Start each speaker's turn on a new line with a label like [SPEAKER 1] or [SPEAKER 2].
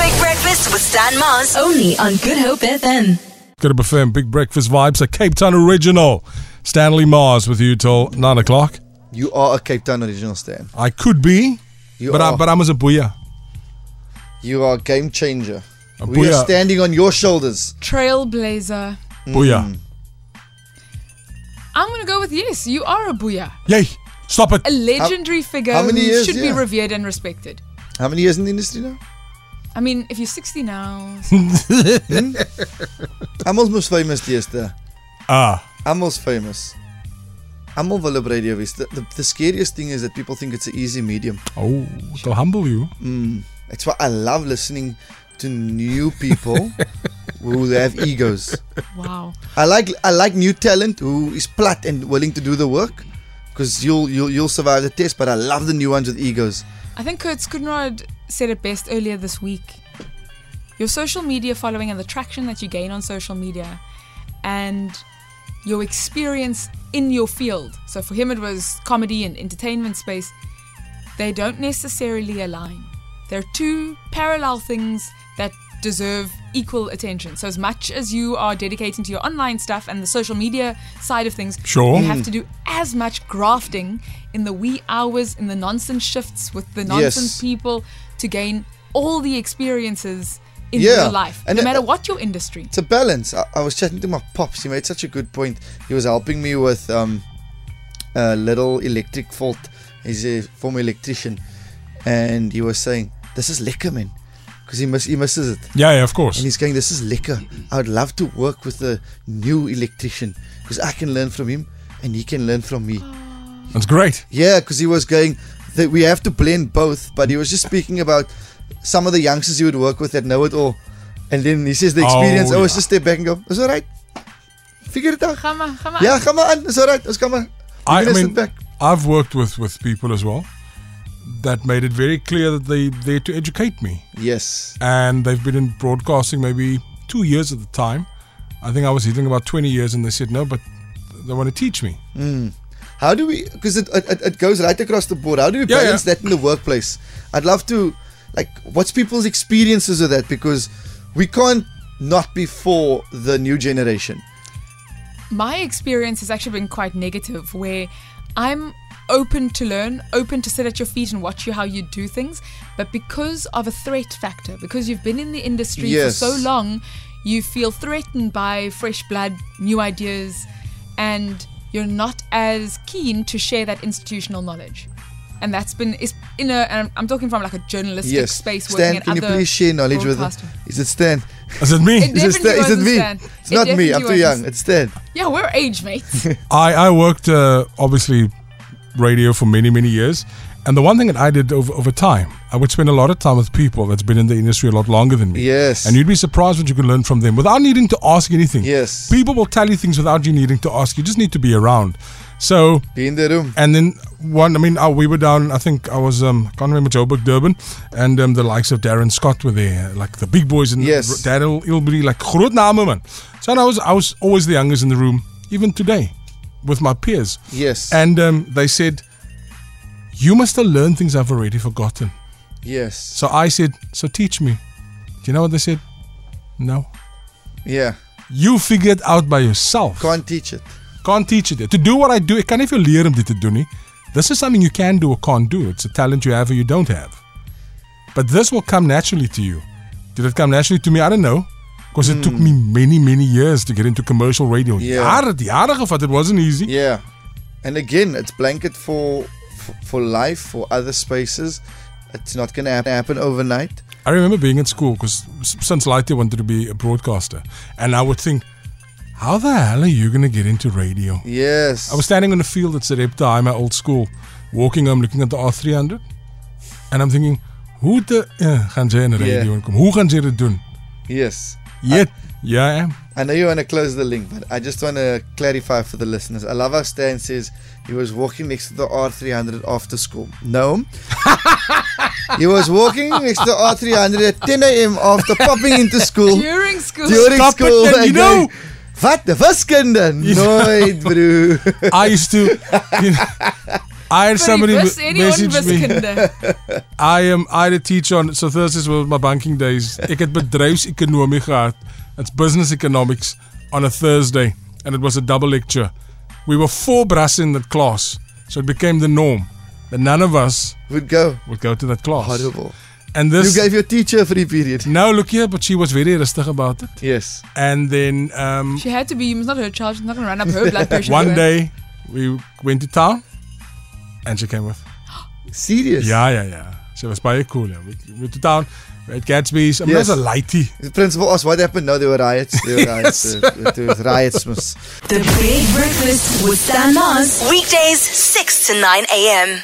[SPEAKER 1] Breakfast with Stan Mars.
[SPEAKER 2] Only on Good Hope FM.
[SPEAKER 3] Good Hope FM, Big Breakfast Vibes, a Cape Town original. Stanley Mars with you till 9 o'clock.
[SPEAKER 4] You are a Cape Town original, Stan.
[SPEAKER 3] I could be,
[SPEAKER 4] You
[SPEAKER 3] but,
[SPEAKER 4] are.
[SPEAKER 3] I, but I'm as a booyah.
[SPEAKER 4] you are a game changer.
[SPEAKER 3] A
[SPEAKER 4] we
[SPEAKER 3] booyah.
[SPEAKER 4] are standing on your shoulders.
[SPEAKER 5] Trailblazer.
[SPEAKER 3] Booyah.
[SPEAKER 5] I'm going to go with yes. You are a booyah.
[SPEAKER 3] Yay! Stop it.
[SPEAKER 5] A legendary figure
[SPEAKER 4] how many
[SPEAKER 5] who
[SPEAKER 4] years,
[SPEAKER 5] should be
[SPEAKER 4] yeah.
[SPEAKER 5] revered and respected.
[SPEAKER 4] How many years in the industry now?
[SPEAKER 5] I mean, if you're 60 now,
[SPEAKER 4] Amal's most famous, Diester.
[SPEAKER 3] Ah,
[SPEAKER 4] Amal's famous. Amal will op radio wees. The, the, the scariest thing is that people think it's an easy medium.
[SPEAKER 3] oh, they'll humble you.
[SPEAKER 4] That's why I love listening to new people who have egos.
[SPEAKER 5] wow.
[SPEAKER 4] I like I like new talent who is plat and willing to do the work. Because you'll, you'll you'll survive the test, but I love the new ones with egos.
[SPEAKER 5] I think Kurt Skudnrod said it best earlier this week. Your social media following and the traction that you gain on social media and your experience in your field. So for him, it was comedy and entertainment space. They don't necessarily align. They're two parallel things that deserve equal attention. So as much as you are dedicating to your online stuff and the social media side of things,
[SPEAKER 3] Sure.
[SPEAKER 5] you have to do as much grafting in the wee hours, in the nonsense shifts with the nonsense
[SPEAKER 4] Yes.
[SPEAKER 5] people to gain all the experiences in
[SPEAKER 4] Yeah,
[SPEAKER 5] your life,
[SPEAKER 4] and
[SPEAKER 5] no
[SPEAKER 4] it-
[SPEAKER 5] matter what your industry.
[SPEAKER 4] it's a balance. I, I was chatting to my pops. He made such a good point. He was helping me with um, a little electric fault. He's a former electrician, and he was saying, "This is liquor, man," because he miss, he misses it.
[SPEAKER 3] Yeah, yeah, of
[SPEAKER 4] And
[SPEAKER 3] course.
[SPEAKER 4] he's going, "This is liquor. I would love to work with a new electrician because I can learn from him, and he can learn from me."
[SPEAKER 3] That's great.
[SPEAKER 4] Yeah, because he was going that we have to blend both, but he was just speaking about some of the youngsters he would work with that know it all. And then he says the
[SPEAKER 3] Oh,
[SPEAKER 4] experience, oh, it's
[SPEAKER 3] yeah.
[SPEAKER 4] just step back and go, it's all right. Figure it out.
[SPEAKER 5] Come on, come on.
[SPEAKER 4] Yeah, come on, it's all right. Let's come on.
[SPEAKER 3] I, I
[SPEAKER 4] We're gonna sit
[SPEAKER 3] mean,
[SPEAKER 4] back.
[SPEAKER 3] I've worked with, with people as well that made it very clear that they there to educate me.
[SPEAKER 4] Yes.
[SPEAKER 3] and they've been in broadcasting maybe two years at the time. I think I was hitting about 20 years, and they said, No, but they want to teach me.
[SPEAKER 4] How do we, because it, it, it goes right across the board, how do we
[SPEAKER 3] Yeah,
[SPEAKER 4] balance
[SPEAKER 3] yeah.
[SPEAKER 4] that in the workplace? I'd love to, like, what's people's experiences of that? Because we can't not be for the new generation.
[SPEAKER 5] my experience has actually been quite negative where I'm open to learn, open to sit at your feet and watch you how you do things, but because of a threat factor, because you've been in the industry
[SPEAKER 4] Yes.
[SPEAKER 5] for so long, you feel threatened by fresh blood, new ideas, and you're not as keen to share that institutional knowledge. And that's been is in a and I'm- I'm talking from like a journalistic
[SPEAKER 4] Yes.
[SPEAKER 5] space working
[SPEAKER 4] Stan,
[SPEAKER 5] at
[SPEAKER 4] can you
[SPEAKER 5] other
[SPEAKER 4] please share knowledge with us?
[SPEAKER 5] broadcasting.
[SPEAKER 4] Is it Stan?
[SPEAKER 3] I said, Me?
[SPEAKER 5] It-
[SPEAKER 4] Is it,
[SPEAKER 5] Definitely
[SPEAKER 4] Stan? Is it
[SPEAKER 5] wasn't
[SPEAKER 4] me?
[SPEAKER 5] Stan.
[SPEAKER 4] It's
[SPEAKER 5] It
[SPEAKER 4] not me. I'm too
[SPEAKER 5] definitely
[SPEAKER 4] young.
[SPEAKER 5] wasn't.
[SPEAKER 4] It's Stan.
[SPEAKER 5] Yeah, we're age mates.
[SPEAKER 3] I, I worked, uh, obviously, radio for many, many years. And the one thing that I did over, over time, I would spend a lot of time with people that's been in the industry a lot longer than me.
[SPEAKER 4] Yes.
[SPEAKER 3] And you'd be surprised what you can learn from them without needing to ask anything.
[SPEAKER 4] Yes.
[SPEAKER 3] People will tell you things without you needing to ask. You just need to be around. So
[SPEAKER 4] Be in the room.
[SPEAKER 3] And then one, I mean, uh, we were down. I think I was, um, I can't remember Joburg, Durban, and um, the likes of Darren Scott were there, like the big boys in
[SPEAKER 4] Yes.
[SPEAKER 3] Daryl Ilbury, like groot name man. So and I was, I was always the youngest in the room, even today, with my peers.
[SPEAKER 4] Yes.
[SPEAKER 3] And um, they said, "You must have learned things I've already forgotten."
[SPEAKER 4] yes.
[SPEAKER 3] So I said, "So teach me." Do you know what they said? No.
[SPEAKER 4] Yeah.
[SPEAKER 3] You figure it out by yourself.
[SPEAKER 4] Can't teach it.
[SPEAKER 3] Can't teach it. To do what I do, ek kan nie vir jou leer om dit te doen nie. This is something you can do or can't do. It's a talent you have or you don't have. But this will come naturally to you. Did it come naturally to me? I don't know. Because it took me many, many years to get into commercial radio.
[SPEAKER 4] Hmm. Yeah.
[SPEAKER 3] Jare, het jare gevat. It wasn't easy.
[SPEAKER 4] Yeah. And again, it's blanket for for, for life, for other spaces. It's not going to happen overnight.
[SPEAKER 3] I remember being at school because since Lighty wanted to be a broadcaster. And I would think, how the hell are you going to get into radio?
[SPEAKER 4] Yes.
[SPEAKER 3] I was standing on a field at Sarepta, my old school, walking home looking at the R300 and I'm thinking, hoe te eh, gaan jy in radio
[SPEAKER 4] Yeah.
[SPEAKER 3] inkom? Hoe gaan jy dit doen?
[SPEAKER 4] yes.
[SPEAKER 3] Yet, yeah, I am.
[SPEAKER 4] I know you want to close the link, but I just want to clarify for the listeners. I love how Stan says he was walking next to the R300 after school. No. he was walking next to the R300 at 10 a.m. after popping into school.
[SPEAKER 5] During school.
[SPEAKER 4] during
[SPEAKER 3] Stop it,
[SPEAKER 4] school.
[SPEAKER 3] man,
[SPEAKER 4] and
[SPEAKER 3] you know.
[SPEAKER 4] going, Wat de wiskunde? Nooit, bro.
[SPEAKER 3] I used to you know, I had
[SPEAKER 5] But
[SPEAKER 3] somebody
[SPEAKER 5] he
[SPEAKER 3] m-
[SPEAKER 5] was anyone
[SPEAKER 3] message
[SPEAKER 5] was
[SPEAKER 3] me.
[SPEAKER 5] kinder.
[SPEAKER 3] I am I had a teacher on so Thursdays was my banking days. Ek het bedryfsekonomie gehad. It's business economics on a Thursday and it was a double lecture. We were four brass in that class. So it became the norm that none of us
[SPEAKER 4] Would go.
[SPEAKER 3] would go to that class.
[SPEAKER 4] Horrible.
[SPEAKER 3] And
[SPEAKER 4] You
[SPEAKER 3] this
[SPEAKER 4] gave your teacher a free period.
[SPEAKER 3] now look here, but she was very rustic about it.
[SPEAKER 4] Yes.
[SPEAKER 3] And then um,
[SPEAKER 5] She had to be. It was not her child. She's not gonna run up her blood pressure. to
[SPEAKER 3] one
[SPEAKER 5] her.
[SPEAKER 3] day we went to town and she came with
[SPEAKER 4] Serious.
[SPEAKER 3] Ja, ja, ja. Sy was baie cool. Ja. We we to town at Gatsby's. I mean, yes.
[SPEAKER 4] Yes.
[SPEAKER 3] that's a lightie.
[SPEAKER 4] The principal asked what happened. No, there were riots. There were riots. There, there was riots. miss.
[SPEAKER 2] The Create Breakfast with Stan Mars.
[SPEAKER 1] Weekdays, 6 to 9 a.m.